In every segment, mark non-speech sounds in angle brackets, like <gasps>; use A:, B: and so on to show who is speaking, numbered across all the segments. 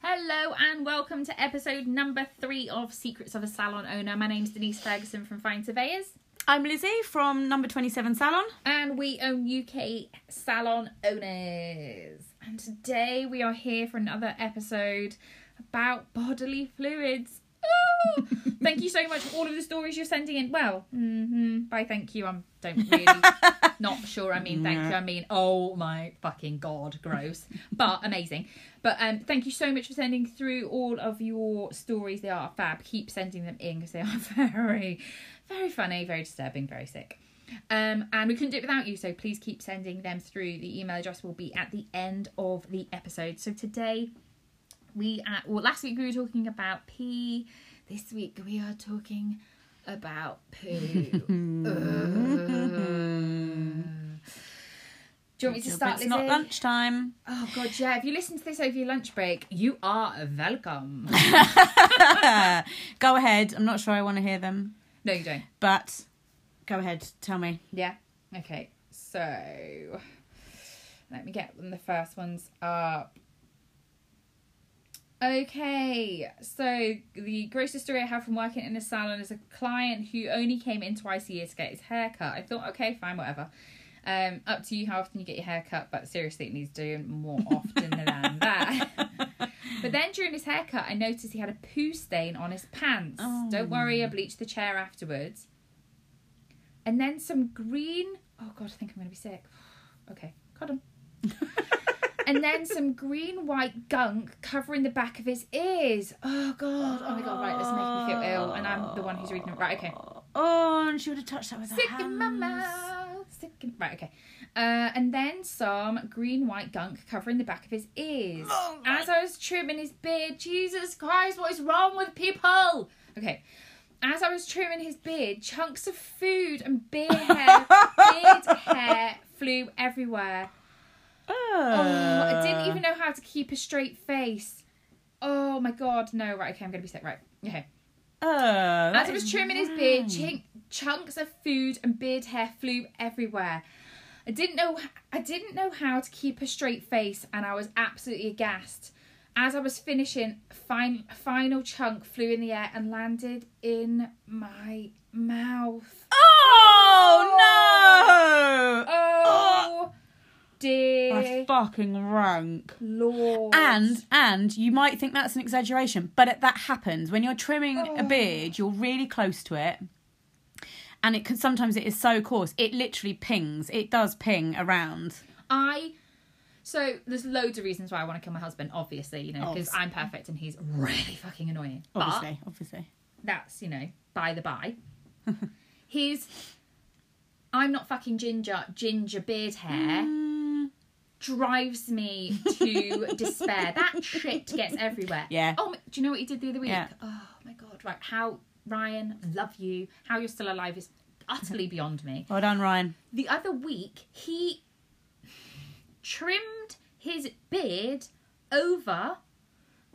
A: Hello and welcome to episode number three of Secrets of a Salon Owner. My name's Denise Ferguson from Fine Surveyors,
B: I'm Lizzie from number 27 Salon.
A: and we own UK Salon Owners. And today we are here for another episode about bodily fluids. Ooh! thank you so much for all of the stories you're sending in. Well, hmm by thank you, I am don't really, not sure I mean thank you. I mean, oh my fucking god, gross, but amazing. But um, thank you so much for sending through all of your stories. They are fab. Keep sending them in because they are <laughs> very, very funny, very disturbing, very sick. Um, and we couldn't do it without you, so please keep sending them through. The email address will be at the end of the episode. So today we uh, well last week we were talking about pee this week we are talking about
B: <laughs>
A: poo Ugh. do you want me to start
B: it's not
A: Lizzie?
B: lunchtime. <laughs>
A: oh god yeah if you listen to this over your lunch break you are
B: <laughs>
A: welcome
B: Go ahead. I'm not sure I want to hear them,
A: no you don't
B: but go ahead.
A: <laughs>
B: Tell me.
A: yeah okay so let me get them the first ones up Okay, so the grossest story I have from working in a salon is a client who only came in twice a year to get his hair cut. I thought, okay, fine, whatever. Um, up to you how often you get your hair cut, but seriously, it needs doing more often than that. but then during his haircut, I noticed he had a poo stain on his pants. Don't worry, I bleached the chair afterwards. And then some green. Oh god, I think I'm gonna be sick. <sighs> Okay, got him and then some green white gunk covering the back of his ears. Oh god! Oh my god! Right, this makes me feel ill, and I'm the one who's reading it. Right, okay.
B: Oh, and she would have touched that with her
A: Sick in
B: hands.
A: my
B: <laughs>
A: mouth. Sick in... Right, okay. Uh, and then some green white gunk covering the back of his ears. As I was trimming his beard, Jesus Christ, what is wrong with people? Okay. As I was trimming his beard, chunks of food and beard
B: <laughs>
A: hair, beard hair flew everywhere. Oh, I didn't even know how to keep a straight face. Oh my god, no, right, okay, I'm gonna be sick, right, okay.
B: Oh,
A: As I was trimming his beard, chink, chunks of food and beard hair flew everywhere. I didn't know I didn't know how to keep a straight face and I was absolutely aghast. As I was finishing, fine, final chunk flew in the air and landed in my mouth.
B: oh, no! <gasps>
A: Oh,
B: That's
A: dear
B: fucking rank.
A: lord.
B: And and you might think that's an exaggeration, but it, that happens when you're trimming a beard. You're really close to it, and it can sometimes it is so coarse. It literally pings. It does ping around.
A: I so there's loads of reasons why I want to kill my husband. Obviously, you know, because
B: Obviously.
A: I'm perfect and he's really fucking annoying. But
B: Obviously, obviously.
A: that's you know by the
B: <laughs>
A: by. His I'm not fucking ginger ginger beard hair.
B: Mm.
A: Drives me
B: <laughs>
A: to despair. That shit gets everywhere.
B: Yeah.
A: Oh, my- do you know what he did the other week?
B: Yeah.
A: Oh my god! Right, how Ryan, love you. How you're still alive is
B: <laughs>
A: utterly beyond me
B: Well done, Ryan.
A: the other week he trimmed his beard over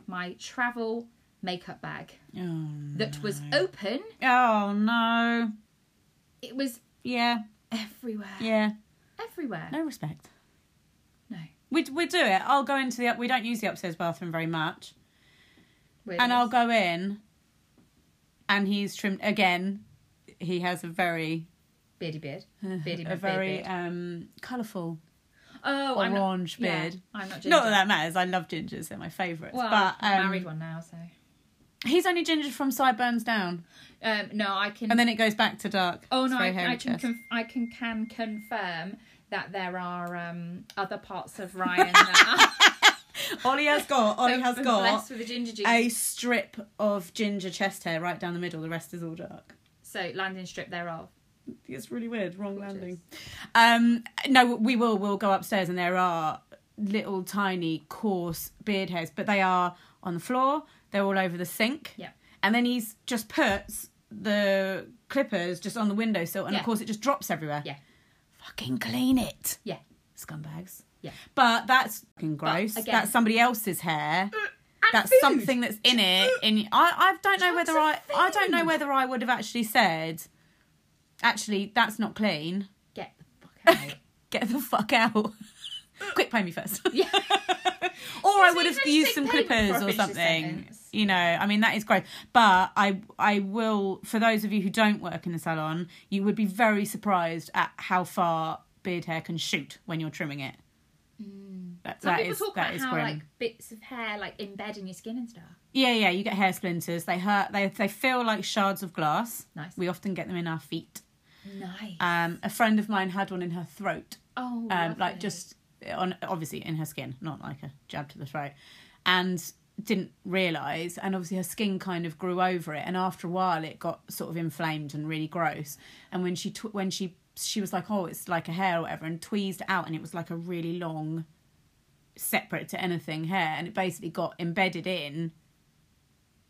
A: my travel makeup bag
B: Oh,
A: that was open
B: oh no.
A: it was
B: Yeah,
A: everywhere
B: yeah.
A: everywhere
B: No respect.
A: no
B: We we do it. I'll go into the up. We don't use the upstairs bathroom very much.
A: Weird.
B: and I'll go in, and he's trimmed again. He has a very,
A: beardy beard beardy
B: <laughs> a
A: beard,
B: very
A: beard.
B: um, colourful
A: oh I'm not,
B: orange
A: yeah,
B: beard.
A: i'm not ginger
B: Not that that matters. I love gingers; they're my favourites.
A: well
B: but
A: i'm
B: um,
A: married one now so
B: he's only ginger from sideburns down,
A: um no i can
B: and then it goes back to dark.
A: Oh
B: It's
A: no,
B: very
A: I,
B: hairy
A: I can
B: chest.
A: conf- I can can confirm that there are um, other parts of Ryan
B: <laughs>
A: that
B: Ollie has got. Ollie has
A: been
B: got
A: blessed with a ginger juice.
B: a strip of ginger chest hair right down the middle. The rest is all dark.
A: So landing strip thereof.
B: It's really weird. Wrong
A: Gorgeous.
B: landing. Um, no, we will. We'll go upstairs, and there are little tiny coarse beard hairs, but they are on the floor. They're all over the sink.
A: Yeah.
B: And then he's just puts the clippers just on the windowsill, and
A: Yeah.
B: of course it just drops everywhere.
A: Yeah.
B: Fucking clean it,
A: Yeah.
B: scumbags.
A: Yeah.
B: But that's fucking gross.
A: again- Mm,
B: that's somebody else's hair. That's
A: food.
B: something that's in it. In I, I don't know
A: Chunks
B: whether I,
A: of
B: I don't know
A: food.
B: whether I would have actually said, actually that's not clean.
A: Get the
B: <laughs>
A: okay.
B: Get the fuck out. <laughs> Quick, pay me first.
A: Yeah.
B: or I
A: So
B: would
A: you
B: have
A: just take
B: used some
A: payment for
B: clippers
A: a
B: or
A: finished
B: something.
A: sentence.
B: You know, I mean that is great. But I I will for those of you who don't work in the salon, you would be very surprised at how far beard hair can shoot when you're trimming it. That,
A: Mm. Some
B: that
A: people
B: is
A: talk
B: that
A: about
B: is
A: how
B: grim.
A: like bits of hair like embed in your skin and stuff.
B: Yeah, yeah, you get hair splinters. They hurt. They they feel like shards of glass.
A: Nice.
B: We often get them in our feet.
A: Nice.
B: Um, a friend of mine had one in her throat.
A: oh,
B: um,
A: lovely.
B: like just on obviously in her skin, not like a jab to the throat, and didn't realise. And obviously her skin kind of grew over it, and after a while it got sort of inflamed and really gross. And when she tw- when she she was like, oh, it's like a hair or whatever, and tweezed it out, and it was like a really long, separate to anything hair, and it basically got embedded in.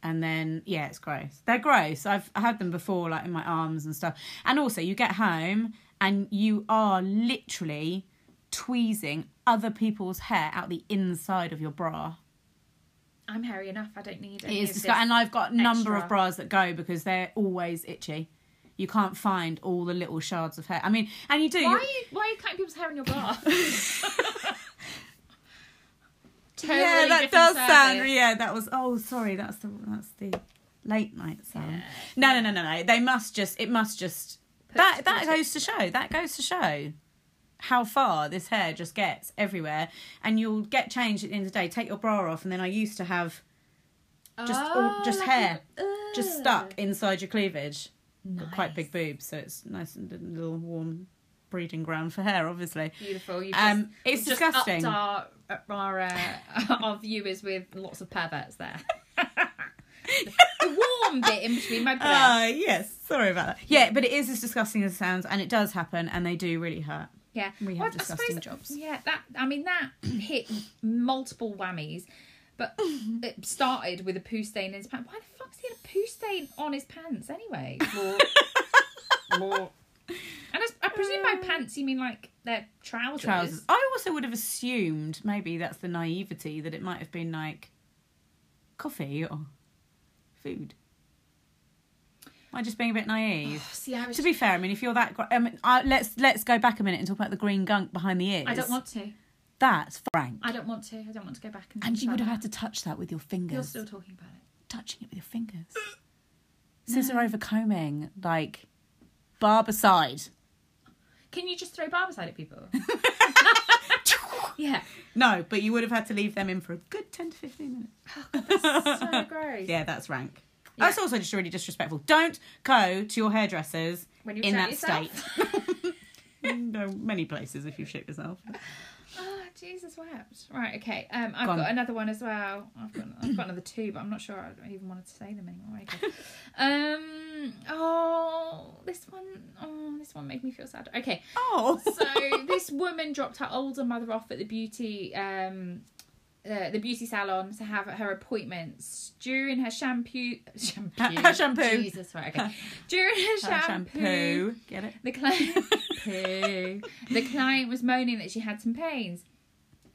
B: And then yeah, it's gross. They're gross. I've I had them before, like in my arms and stuff. And also, you get home and you are literally tweezing other people's hair out the inside of your bra.
A: I'm hairy enough. I don't need
B: It
A: any
B: is
A: of this.
B: disgusting. And I've got a number of
A: extra.
B: bras that go because they're always itchy. You can't find all the little shards of hair. I mean, and you do.
A: Why
B: you-
A: are you why are you cutting people's hair in your bar? <laughs> totally
B: <laughs> yeah, that
A: different
B: does
A: service.
B: sound. Yeah, that was. Oh, sorry, that's the that's the late night sound. No, no, no, no, no. They must just. It must just. that
A: put
B: that
A: it
B: goes to show. That goes to show how far this hair just gets everywhere, and you'll get changed at the end of the day. Take your bra off, and then I used to have just all,
A: Oh,
B: just
A: like
B: hair
A: a-
B: just
A: Ugh.
B: stuck inside your cleavage. Got
A: Ah. Nice.
B: quite big boobs, so it's nice and a little warm breeding ground for hair, obviously.
A: Beautiful. You've just,
B: Um, it's
A: we've just
B: disgusting.
A: upped our, our, uh, <laughs> our viewers with lots of perverts
B: <laughs>
A: there. the warm bit in between my breasts.
B: Ah, yes. Sorry about that. Yeah, but it is as disgusting as it sounds, and it does happen, and they do really hurt.
A: yeah,
B: we have
A: Well, I
B: disgusting
A: suppose-
B: jobs.
A: Yeah, that I mean that <clears throat> hit multiple whammies,
B: <laughs>
A: but it started with a poo stain in his pants. Why the fuck's he had a poo stain on his pants anyway? <laughs> More, more. And I, s- I presume by pants you mean like their trousers.
B: Uh. Trousers. I also would have assumed maybe that's the naivety that it might have been like coffee or food. Am I just being a bit naive?
A: Oh, See, I was
B: to be fair, <sighs> I mean, if you're that, gr- I mean, uh, let's let's go back a minute and talk about the green gunk behind the ears.
A: I don't want to.
B: That's frank.
A: I don't want to. I don't want to go back and.
B: and
A: touch
B: you would
A: that.
B: have had to touch that with your
A: You're
B: fingers.
A: still talking about it.
B: touching it with your fingers. Scissor over combing, like barbicide.
A: Can you just throw barbicide at
B: <laughs>
A: people? <laughs> yeah.
B: No, but you would have had to leave them in for a good 10 to 15 minutes. <laughs>
A: So gross.
B: Yeah, that's rank.
A: Yeah.
B: That's also just really disrespectful. Don't go to your hairdressers
A: When you
B: in that
A: shit yourself?
B: state. no, many places if you shit yourself.
A: Oh, Jesus wept. Right, okay. Um, I've
B: Go on.
A: got another one as well. I've got, I've got another two, but I'm not sure I even wanted to say them anymore. Okay.
B: <laughs>
A: um, oh, this one, oh, this one made me feel sad. Okay,
B: <laughs> Oh.
A: so this woman dropped her older mother off at the beauty um uh, the beauty salon to have her appointments during her shampoo <laughs> shampoo
B: Her shampoo.
A: Jesus right okay during her
B: That
A: shampoo,
B: Get it?
A: the client Poo. the client was moaning that she had some pains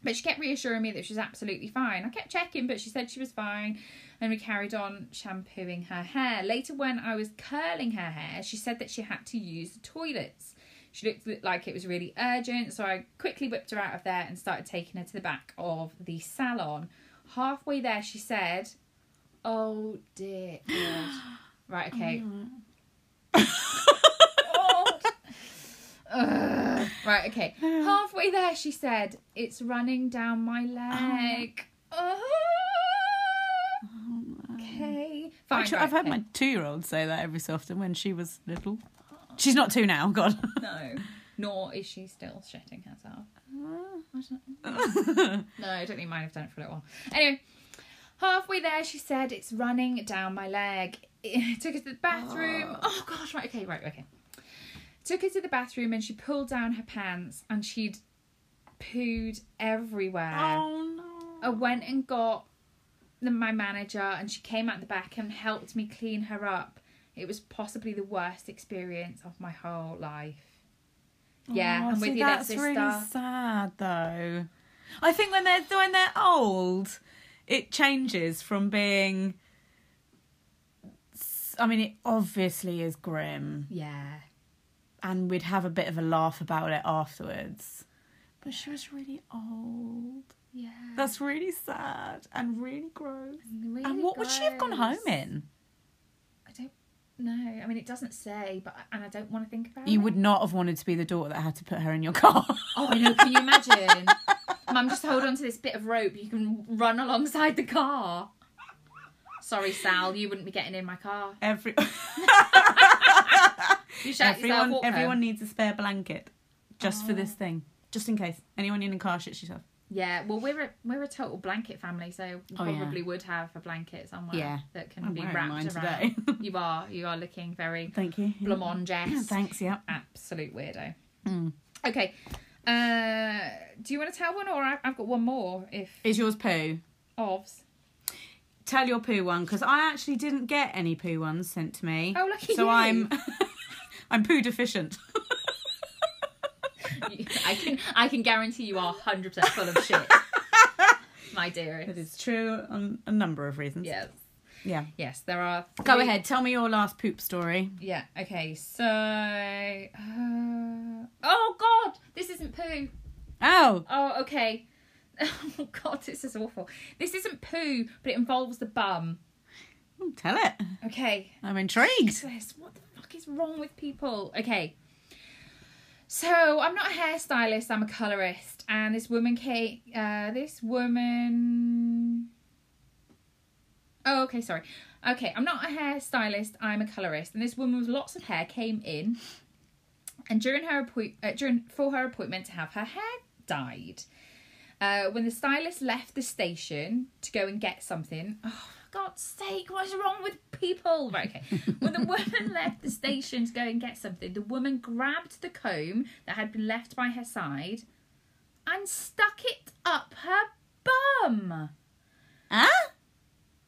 A: but she kept reassuring me that she was absolutely fine. I kept checking, but she said she was fine, and we carried on shampooing her hair. Later, when I was curling her hair, she said that she had to use the toilets. She looked li- like it was really urgent, so I quickly whipped her out of there and started taking her to the back of the salon. Halfway there, she said, Oh dear. Lord." right, okay. God. Ugh. Right, okay. Halfway there, she said, It's running down my leg. Oh. Okay. Fine.
B: Actually,
A: right,
B: I've had
A: okay.
B: my two year old say that every so often when she was little. She's not two now,
A: <laughs>
B: God. <laughs>
A: No. Nor is she still shitting herself. I don't No, I don't think mine have done it for a little while. Anyway, halfway there, she said, It's running down my leg. Took her to the bathroom.
B: Ah.
A: Oh, gosh, right, okay, right, okay. Took her to the bathroom and she pulled down her pants and she'd pooed everywhere.
B: oh,
A: I went and got the, my manager, and she came out the back and helped me clean her up. It was possibly the worst experience of my whole life. Yeah,
B: Oh,
A: I'm with
B: see,
A: you there,
B: That's
A: sister.
B: really sad, though. I think when they're when they're old, it changes from being. I mean, it obviously is grim,
A: Yeah,
B: and we'd have a bit of a laugh about it afterwards. But she was really old.
A: Yeah.
B: That's really sad and really gross.
A: really
B: and what would she have gone home
A: gross.
B: in?
A: I don't know. I mean, it doesn't say, but and I don't want to think about
B: You
A: it.
B: would not have wanted to be the daughter that had to put her in your <laughs> car.
A: Oh, I know. Can you <laughs> imagine? Mum, just hold on to this bit of rope. You can run alongside the car. Sorry, Sal. You wouldn't be getting in my car.
B: Every,
A: You shout yourself.
B: everyone,
A: Walk Oh.
B: everyone
A: Home.
B: needs a spare blanket just for this thing, just in case anyone in a car shits yourself.
A: Yeah. Well, we're a we're a total blanket family, so we
B: Oh, yeah.
A: probably would have a blanket somewhere
B: Yeah.
A: that can
B: I'm
A: be
B: wearing mine
A: wrapped around.
B: today.
A: you are. You are looking very
B: <laughs> Thank you. <clears throat>
A: blamonges.
B: Thanks. Yeah.
A: Absolute weirdo. Mm. Okay. Uh, do you want to tell one, or I- I've got one more? If
B: Is yours poo?
A: ofs.
B: Tell your poo one because I actually didn't get any poo ones sent to me.
A: Oh, lucky
B: So
A: you.
B: I'm, <laughs> I'm poo deficient.
A: <laughs> I can I can guarantee you are hundred percent full of shit, <laughs> my
B: That
A: dearest.
B: is true on a number of reasons.
A: Yes,
B: Yeah.
A: yes, there are.
B: Go
A: three-
B: ahead. Tell me your last poop story.
A: Yeah. Okay. So, uh, oh god, this isn't poo.
B: Oh.
A: Oh, okay. <laughs> Oh god, this is awful. This isn't poo, but it involves the bum.
B: Tell it.
A: Okay.
B: I'm intrigued.
A: Jesus, what the fuck is wrong with people? Okay. So I'm not a hairstylist. I'm a colorist, and this woman, Kate, uh, this woman. Oh, okay, sorry. Okay, I'm not a hairstylist. I'm a colorist, and this woman with lots of hair came in, and during her appoint- uh, during for her appointment to have her hair dyed. Uh, when the stylist left the station to go and get something, oh, for God's sake, what is wrong with people? Right, okay. when the woman <laughs> left the station to go and get something, the woman grabbed the comb that had been left by her side and stuck it up her bum.
B: Huh?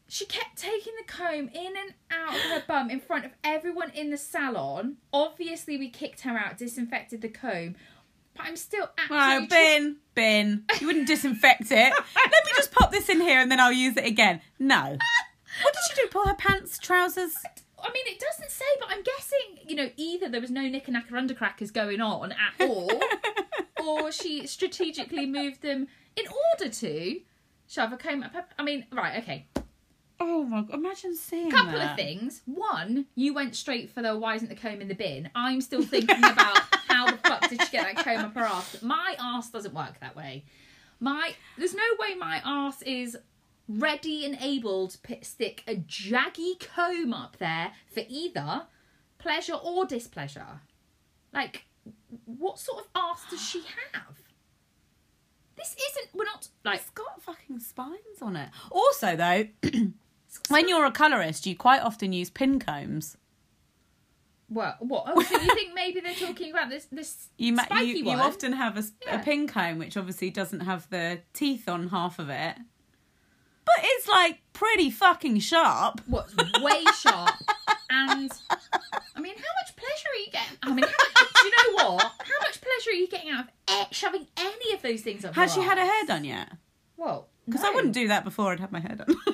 A: She kept taking the comb in and out of her bum in front of everyone in the salon. Obviously, we kicked her out, disinfected the comb, but I'm still
B: Oh,
A: absolutely.
B: bin, bin. You wouldn't disinfect
A: <laughs>
B: it. Let me just pop this in here and then I'll use it again.
A: <laughs>
B: No. What did she do? Pull her pants, trousers?
A: I mean, it doesn't say, but I'm guessing, you know, either there was no knicker-knacker undercrackers going on at all, or she strategically moved them in order to shove a comb up. her- I mean, right, okay.
B: Oh my god! Imagine seeing
A: Couple
B: that.
A: of things. One, you went straight for the why isn't the comb in the bin? I'm still thinking about how the fuck did she get that comb up her ass? My ass doesn't work that way. My there's no way my ass is ready and able to pit, stick a jaggy comb up there for either pleasure or displeasure. Like, what sort of ass does she have? This isn't. We're not like.
B: It's got fucking spines on it. Also, though, <clears throat> when you're a colorist, you quite often use pin combs.
A: Well, what? Oh, so you think maybe they're talking about this this
B: You ma-
A: spiky
B: you, you
A: one?
B: often have a, s- a
A: Yeah.
B: pin comb, which obviously doesn't have the teeth on half of it, but it's like pretty fucking sharp.
A: what's way sharp and I mean how much pleasure are you getting I mean how, do you know what how much pleasure are you getting out of e- shoving any of those things up
B: Has
A: your
B: she had her
A: arse?
B: hair done yet?
A: well
B: Because I
A: no.
B: wouldn't do that before I'd had my hair done. <laughs>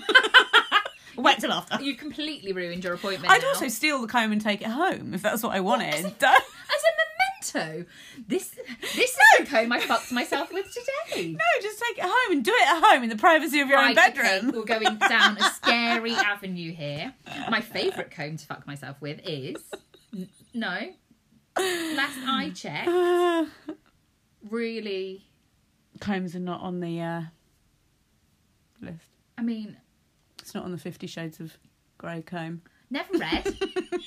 B: Wait till after.
A: you've completely ruined your appointment
B: I'd
A: now.
B: also steal the comb and take it home if that's what I wanted. <laughs>
A: as a memento this this is the comb I fucked myself with today
B: <laughs> No, just take it home and do it at home in the privacy of your own
A: Right,
B: bedroom.
A: Okay, we're going down a scary avenue here. My favourite comb to fuck myself with is n- no. Last I checked,
B: <sighs> <laughs>
A: really
B: Combs are not on the uh, list.
A: I mean,
B: It's not on the Fifty Shades of Grey comb.
A: never read,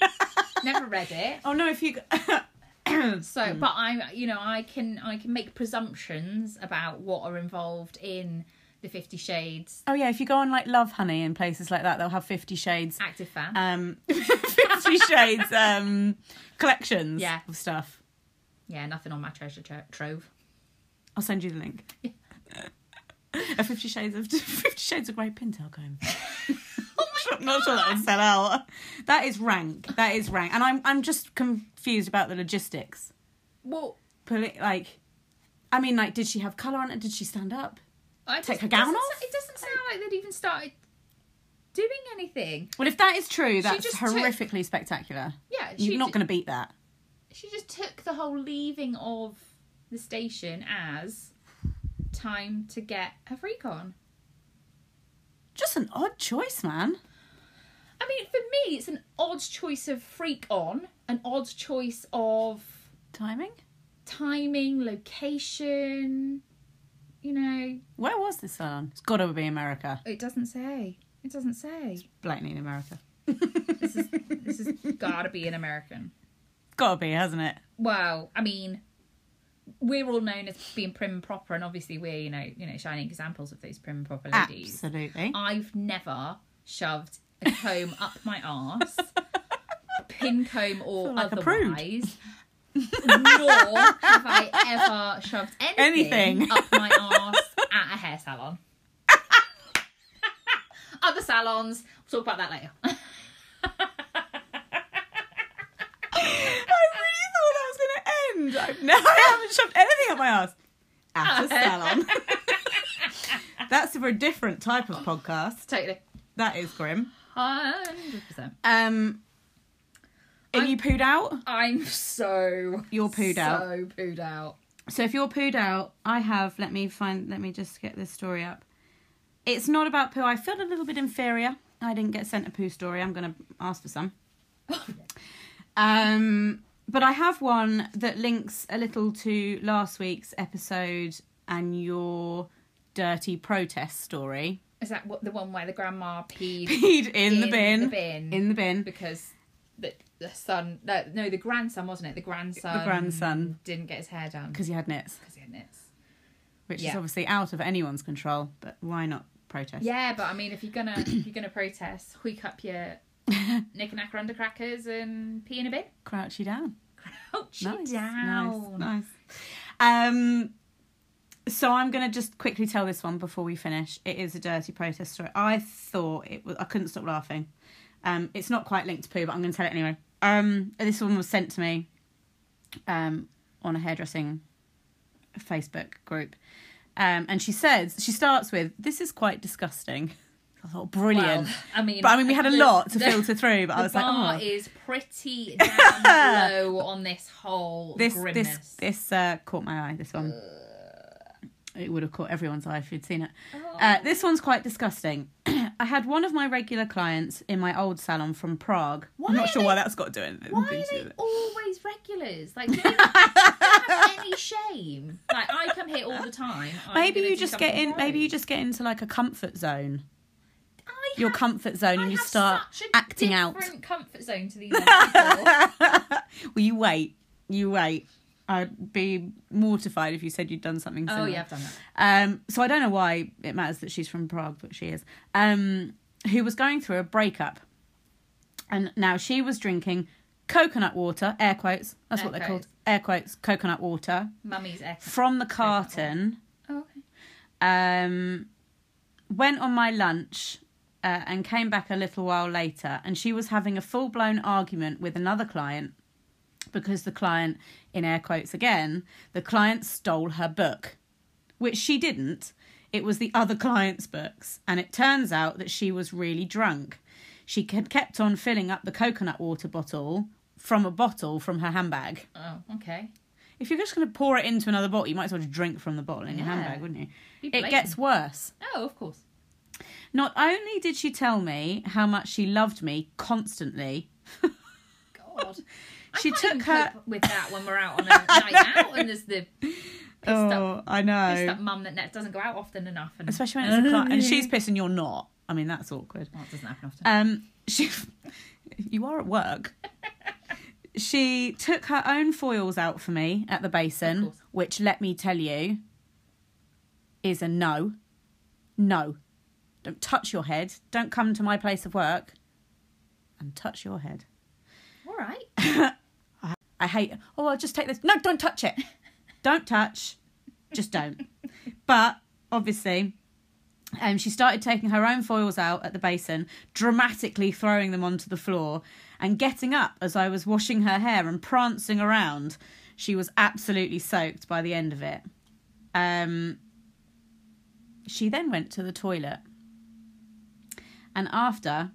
B: <laughs>
A: never read it.
B: Oh no! If you
A: So,
B: Hmm.
A: but I, you know, I can I can make presumptions about what are involved in the Fifty Shades
B: <laughs> oh yeah, if you go on like Love Honey and places like that, they'll have Fifty Shades,
A: active fan.
B: um, <laughs> Fifty Shades um, collections
A: Yeah.
B: of stuff.
A: yeah, nothing on my treasure tro-
B: <laughs>
A: trove.
B: I'll send you the link. <laughs> A Fifty Shades of <laughs> Fifty Shades of Grey pintail comb. Oh I'm <laughs> not sure that would sell out. That is rank. That is rank, and I'm I'm just confused about the logistics.
A: Well,
B: poli- like I mean like did she have colour on it? Did she stand up?
A: I
B: Take
A: just-
B: her gown
A: doesn't
B: off?
A: so- It doesn't sound like they'd even started doing anything.
B: Well if that is true, that's
A: just
B: horrifically spectacular.
A: Yeah,
B: You're not
A: d-
B: gonna beat that.
A: she just took the whole leaving of the station as time to get a freak on.
B: Just an odd choice, man.
A: I mean, for me, it's an odd choice of freak on, an odd choice of
B: Timing?
A: timing, location. You know,
B: Where was this salon? It's got to be America.
A: it doesn't say. It doesn't say.
B: Blatantly in America.
A: This is this has gotta be an American.
B: Got to be, hasn't it?
A: Well, I mean, we're all known as being prim and proper, and obviously we're you know you know shining examples of those prim and proper ladies.
B: Absolutely.
A: I've never shoved a comb up my arse, pin
B: <laughs>
A: comb or
B: Feel like a prude.
A: otherwise. nor have I ever shoved anything,
B: <laughs> Anything.
A: up my arse at a hair salon. <laughs> Other salons, we'll talk about that later. <laughs>
B: I really thought that was going to end. I've, no, I haven't shoved anything up my ass. At a salon. <laughs> That's for a different type of podcast.
A: totally.
B: That is grim.
A: 100%.
B: Um, and you pooed out?
A: I'm so.
B: You're pooed
A: so
B: out.
A: So pooed out.
B: So if you're pooed out, I have. Let me find. Let me just get this story up. It's not about poo. I feel a little bit inferior. I didn't get sent a poo story. I'm going to ask
A: <laughs>
B: for some. um, but I have one that links a little to last week's episode and your dirty protest story. <laughs>
A: Is that what the one where the grandma peed
B: Peed in, the bin.
A: The bin.
B: In the bin.
A: because the, the son, no, no, the grandson wasn't it? The grandson,
B: The grandson.
A: didn't get his hair done
B: Because you had nits,
A: because he had nits.
B: which is
A: Yeah.
B: obviously out of anyone's control. But why not protest?
A: Yeah, but I mean, if you're gonna if you're gonna protest, hoik up your
B: <laughs>
A: knick-knack undercrackers and pee in a bin.
B: Crouch you down.
A: Ouch!
B: nice,
A: down.
B: Nice, nice. Um, so I'm going to just quickly tell this one before we finish. It is a dirty protest story. I thought it was. I couldn't stop laughing. Um, it's not quite linked to poo, but I'm going to tell it anyway. Um, this one was sent to me um, on a hairdressing Facebook group, um, and she says she starts with, "This is quite disgusting." I thought brilliant.
A: Well, I mean,
B: but I mean, we had a
A: the-
B: lot to
A: the-
B: filter through, but I
A: The
B: was like,
A: bar
B: oh.
A: is
B: <laughs>
A: pretty down low on this whole
B: this
A: grimness.
B: this this uh, caught my eye. This one.
A: Uh.
B: It would have caught everyone's eye if you'd seen it.
A: Oh.
B: Uh, this one's quite disgusting. <clears throat> I had one of my regular clients in my old salon from Prague.
A: Why
B: I'm not
A: are
B: sure
A: they-
B: why that's got to do anything.
A: Why
B: to
A: are
B: do with
A: they
B: it.
A: always regulars? Like, do
B: <laughs>
A: they not do they have any shame? Like, I come here all the time. I'm
B: Maybe
A: gonna
B: you
A: do
B: just get
A: something
B: in. Maybe
A: right.
B: you just get into like a comfort zone.
A: I
B: Your
A: have-
B: comfort zone,
A: I
B: and you
A: have
B: start
A: such a
B: acting out.
A: different comfort zone to
B: <laughs>
A: these other people.
B: Well, you wait. You wait. I'd be mortified if you said you'd done something.
A: Oh
B: similar.
A: yeah, I've done that.
B: Um, so I don't know why it matters that she's from Prague, but she is. Um, who was going through a breakup, and now she was drinking coconut water, air quotes. That's what
A: Air
B: they're called,
A: quotes.
B: air quotes, coconut water
A: Mummy's ex.
B: from the carton.
A: Oh, okay.
B: Um, went on my lunch. Uh, and came back a little while later, and she was having a full blown argument with another client because the client, in air quotes again, the client stole her book, which she didn't. It was the other client's books. And it turns out that she was really drunk. She had kept on filling up the coconut water bottle from a bottle from her handbag.
A: Oh, okay.
B: If you're just going to pour it into another bottle, you might as well just drink from the bottle in your
A: Yeah.
B: handbag, wouldn't you?
A: Be
B: It
A: blatant.
B: gets worse.
A: Oh, of course.
B: Not only did she tell me how much she loved me constantly,
A: God.
B: <laughs> she
A: I can't
B: took
A: even
B: her.
A: cope with that when we're out on a
B: <laughs>
A: night out and there's the pissed up
B: Oh, I know.
A: pissed up mum that net doesn't go out often enough and
B: especially when it's a client
A: <laughs>
B: and she's pissed and you're not. I mean, that's awkward.
A: well, it doesn't happen often.
B: <laughs> Um, she, you are at work. She took her own foils out for me at the
A: Of
B: basin,
A: course.
B: which let me tell you is a no. No. Don't touch your head. Don't come to my place of work and touch your head.
A: all right.
B: I hate. Oh, I'll just take this. No, don't touch it. <laughs> don't touch. Just don't. but obviously, um, she started taking her own foils out at the basin, dramatically throwing them onto the floor, and getting up as I was washing her hair and prancing around. She was absolutely soaked by the end of it. Um, she then went to the toilet, and after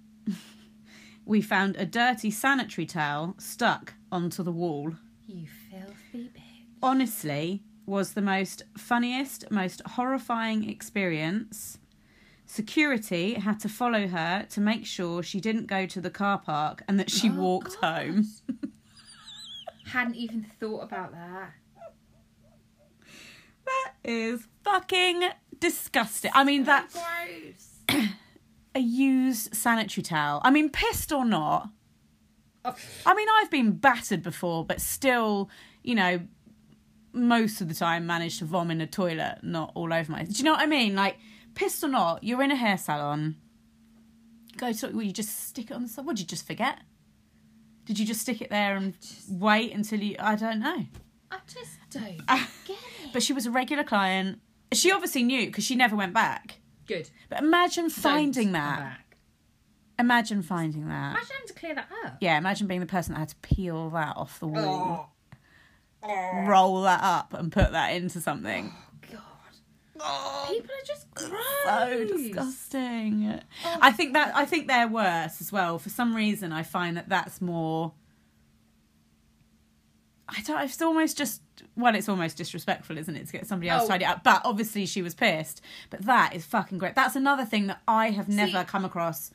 B: we found a dirty sanitary towel stuck onto the wall.
A: You filthy bitch.
B: honestly was the most funniest, most horrifying experience. Security had to follow her to make sure she didn't go to the car park and that she
A: Oh,
B: walked
A: God.
B: home.
A: Hadn't even thought about that.
B: That is fucking disgusting. I mean, that's
A: gross.
B: a used sanitary towel. I mean, pissed or not.
A: Oh,
B: I mean, I've been battered before, but still, you know, most of the time managed to vomit in a toilet, not all over my. Do you know what I mean? Like, pissed or not, you're in a hair salon. Go to. Will you just stick it on the side? Would you just forget? Did you just stick it there and wait until you? I don't know.
A: I just don't get it.
B: But she was a regular client. She obviously knew because she never went back.
A: Good.
B: But imagine finding
A: Don't
B: that.
A: come back.
B: Imagine finding that.
A: Imagine having to clear that up.
B: Yeah, imagine being the person that had to peel that off the wall.
A: Oh, oh,
B: roll that up and put that into something.
A: God. People are just gross.
B: So disgusting.
A: Oh.
B: I think that I think they're worse as well. For some reason, I find that that's more. I don't. It's almost just. Well, it's almost disrespectful, isn't it, to get somebody else
A: Oh.
B: to tidy up? But obviously, she was pissed. But that is fucking great. That's another thing that I have never come across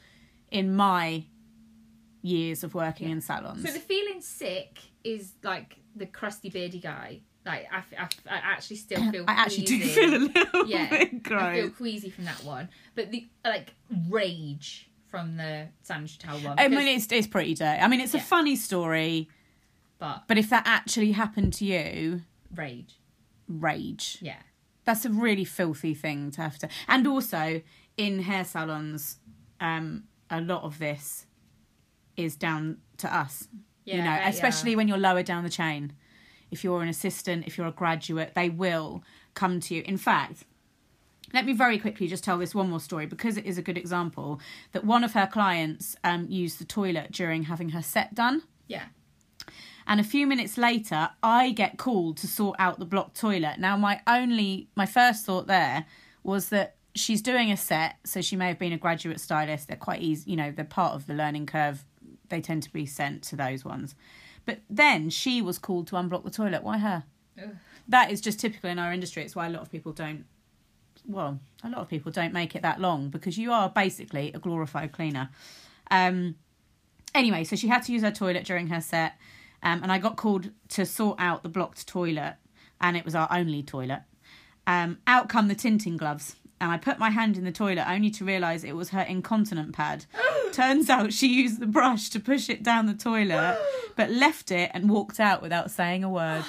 B: in my years of working in salons.
A: So the feeling sick is like the crusty beardy guy. Like I, f- I f- I actually still
B: <clears throat>
A: feel.
B: I actually do
A: queasy.
B: feel a little <laughs>
A: Yeah,
B: bit
A: I feel
B: gross.
A: queasy from that one, but the like rage from the sanitary towel one.
B: I mean,
A: because-
B: it's it's pretty dirty. I mean, it's a
A: Yeah.
B: funny story.
A: but
B: But if that actually happened to you,
A: rage.
B: rage.
A: Yeah.
B: That's a really filthy thing to have to. And also, in hair salons, um, a lot of this is down to us.
A: Yeah.
B: you know,
A: I bet,
B: especially
A: yeah.
B: when you're lower down the chain. If you're an assistant, if you're a graduate, they will come to you. In fact, let me very quickly just tell this one more story because it is a good example that one of her clients um, used the toilet during having her set done.
A: Yeah.
B: And a few minutes later, I get called to sort out the blocked toilet. Now, my only, my first thought there was that she's doing a set, so she may have been a graduate stylist. They're quite easy, you know, they're part of the learning curve. They tend to be sent to those ones. But then she was called to unblock the toilet. Why her?
A: Ugh.
B: That is just typical in our industry. It's why a lot of people don't, well, a lot of people don't make it that long because you are basically a glorified cleaner. Um, anyway, so she had to use her toilet during her set, um, and I got called to sort out the blocked toilet, and it was our only toilet. Um, out come the tinting gloves, and I put my hand in the toilet only to realise it was her
A: <gasps>
B: incontinent pad. Turns out she used the brush to push it down
A: <gasps>
B: the toilet, but left it and walked out without saying a word.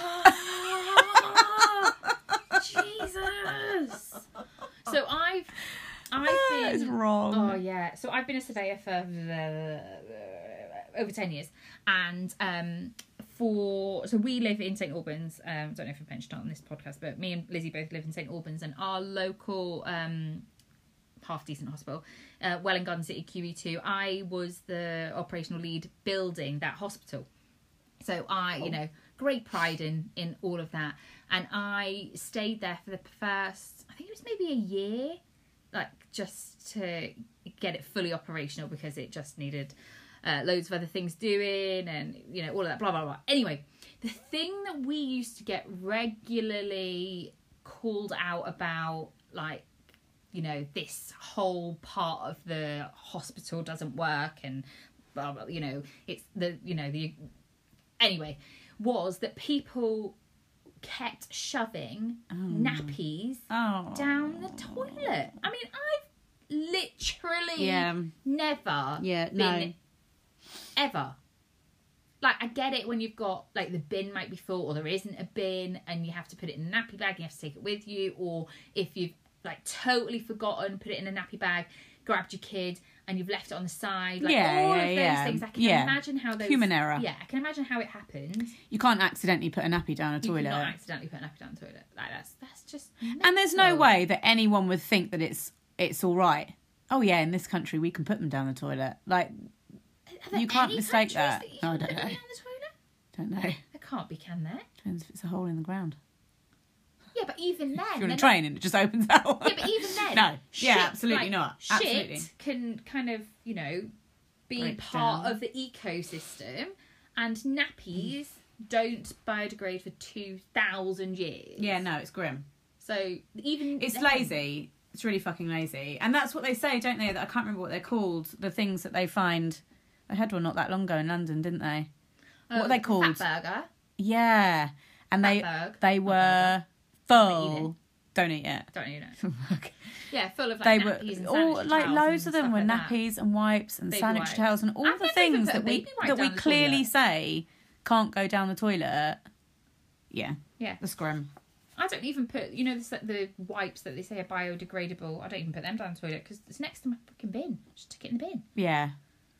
A: <laughs> Jesus. So I've, I've
B: It's
A: been.
B: wrong.
A: Oh yeah. So I've been a surveyor for uh, over ten years, and um, for so we live in St Albans. Um, don't know if I've mentioned it on this podcast, but me and Lizzie both live in St Albans, and our local um, half decent hospital, uh, Welling Garden City QE two. I was the operational lead building that hospital. So I, you know, great pride in in all of that, and I stayed there for the first, I think it was maybe a year, like just to get it fully operational because it just needed uh, loads of other things doing and you know all of that blah blah blah. Anyway, the thing that we used to get regularly called out about, like you know this whole part of the hospital doesn't work and blah blah you know it's the you know the anyway, was that people kept shoving nappies
B: Oh.
A: down the toilet. I mean, I've literally
B: Yeah.
A: never
B: Yeah,
A: been
B: no.
A: ever. Like I get it when you've got like the bin might be full or there isn't a bin and you have to put it in a nappy bag, you have to take it with you, or if you've like totally forgotten, put it in a nappy bag, grabbed your kid and you've left it on the side. Like
B: Yeah,
A: all
B: yeah,
A: of those
B: yeah.
A: things. I can
B: Yeah.
A: imagine how those
B: Human error.
A: Yeah, I can imagine how it happened.
B: You can't accidentally put a nappy down a
A: You
B: toilet.
A: could not accidentally put a nappy down the toilet. Like that's that's just
B: And there's no
A: mental.
B: way that anyone would think that it's it's all right. Oh yeah, in this country we can put them down the toilet. Like
A: Are there
B: You can't
A: any countries
B: mistake that.
A: you
B: No, I
A: can
B: don't
A: put
B: know.
A: down the toilet?
B: don't know.
A: There can't be, can there?
B: Depends if it's a hole in the ground.
A: Yeah, but even then,
B: If you're on
A: then
B: a train and it just opens <laughs> out.
A: yeah, but even then,
B: No. Yeah,
A: shit,
B: absolutely
A: like,
B: not.
A: Shit
B: Absolutely.
A: can kind of you know be
B: Break
A: part
B: down.
A: of the ecosystem, and nappies don't biodegrade for 2,000 years.
B: Yeah, no, it's grim.
A: So even.
B: It's
A: then-
B: lazy. It's really fucking lazy. And that's what they say, don't they? That I can't remember what they're called. The things that they find. They had one not that long ago in London, didn't they?
A: Oh,
B: what are they
A: the
B: called?
A: Fatburger. burger.
B: Yeah. And they
A: Fatberg.
B: they were full. Don't eat it. <laughs>
A: Don't you know?
B: Fuck.
A: Yeah, full of like
B: they
A: nappies
B: were
A: and
B: all
A: sanitary
B: like
A: towels
B: loads
A: and
B: of
A: stuff
B: them were
A: like that.
B: nappies and wipes and
A: Baby
B: sanitary
A: wipes.
B: towels and all
A: I've
B: the
A: never even
B: things
A: put a
B: that we
A: baby wipe
B: that we
A: down the
B: clearly
A: toilet.
B: say can't go down the toilet. Yeah.
A: Yeah.
B: The scrum.
A: I don't even put, you know, the, the wipes that they say are biodegradable. I don't even put them down the toilet because it's next to my fucking bin. Just stick it in the bin.
B: Yeah.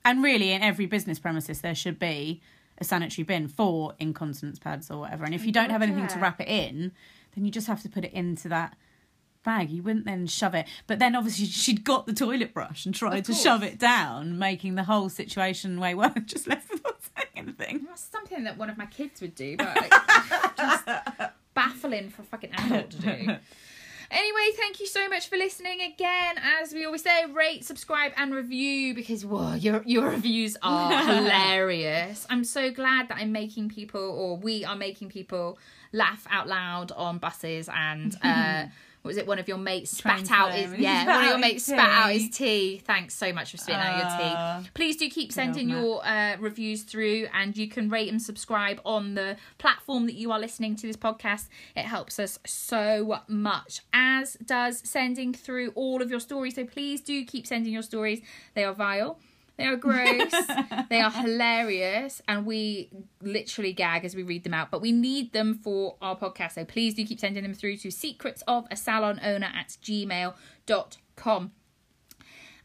B: And really, in every business premises, there should be a sanitary bin for incontinence pads or whatever. And if you don't have anything to
A: Oh Yeah.
B: wrap it in, then you just have to put it into that bag. You wouldn't then shove it. But then obviously, she'd got the toilet brush and tried
A: Of
B: to
A: course.
B: shove it down, making the whole situation way worse. <laughs> Just left without saying anything.
A: That's something that one of my kids would do, but like, <laughs> just baffling for a fucking adult to do. Anyway, thank you so much for listening again. As we always say, rate, subscribe, and review because whoa, your your reviews are hilarious. I'm so glad that I'm making people, or we are making people, laugh out loud on buses. And uh, what was it? One of your mates
B: Train
A: spat out
B: time.
A: his
B: He
A: yeah.
B: spat
A: One of your
B: out
A: mates
B: his
A: spat out
B: tea.
A: his tea. Thanks so much for spitting out
B: Ah.
A: your tea. Please do keep
B: old
A: sending
B: Matt.
A: your uh, reviews through and you can rate and subscribe on the platform that you are listening to this podcast. It helps us so much, as does sending through all of your stories. So please do keep sending your stories. They are vile, they are gross, they are hilarious, and we literally gag as we read them out. But we need them for our podcast. So please do keep sending them through to secrets of a salon owner at gmail.com.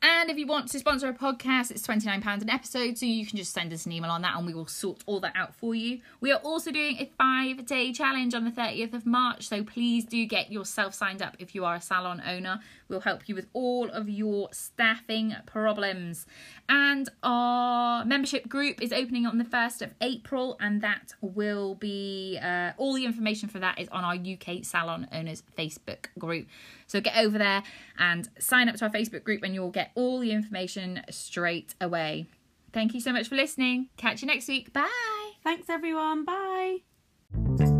A: And if you want to sponsor a podcast, it's £29 an episode, so you can just send us an email on that and we will sort all that out for you. We are also doing a five day challenge on the 30th of March, so please do get yourself signed up if you are a salon owner. We'll help you with all of your staffing problems. And our membership group is opening on the 1st of April, and that will be uh, all the information for that is on our UK Salon Owners Facebook group. So get over there and sign up to our Facebook group, and you'll get all the information straight away. Thank you so much for listening. Catch you next week. Bye.
B: Thanks, everyone. Bye.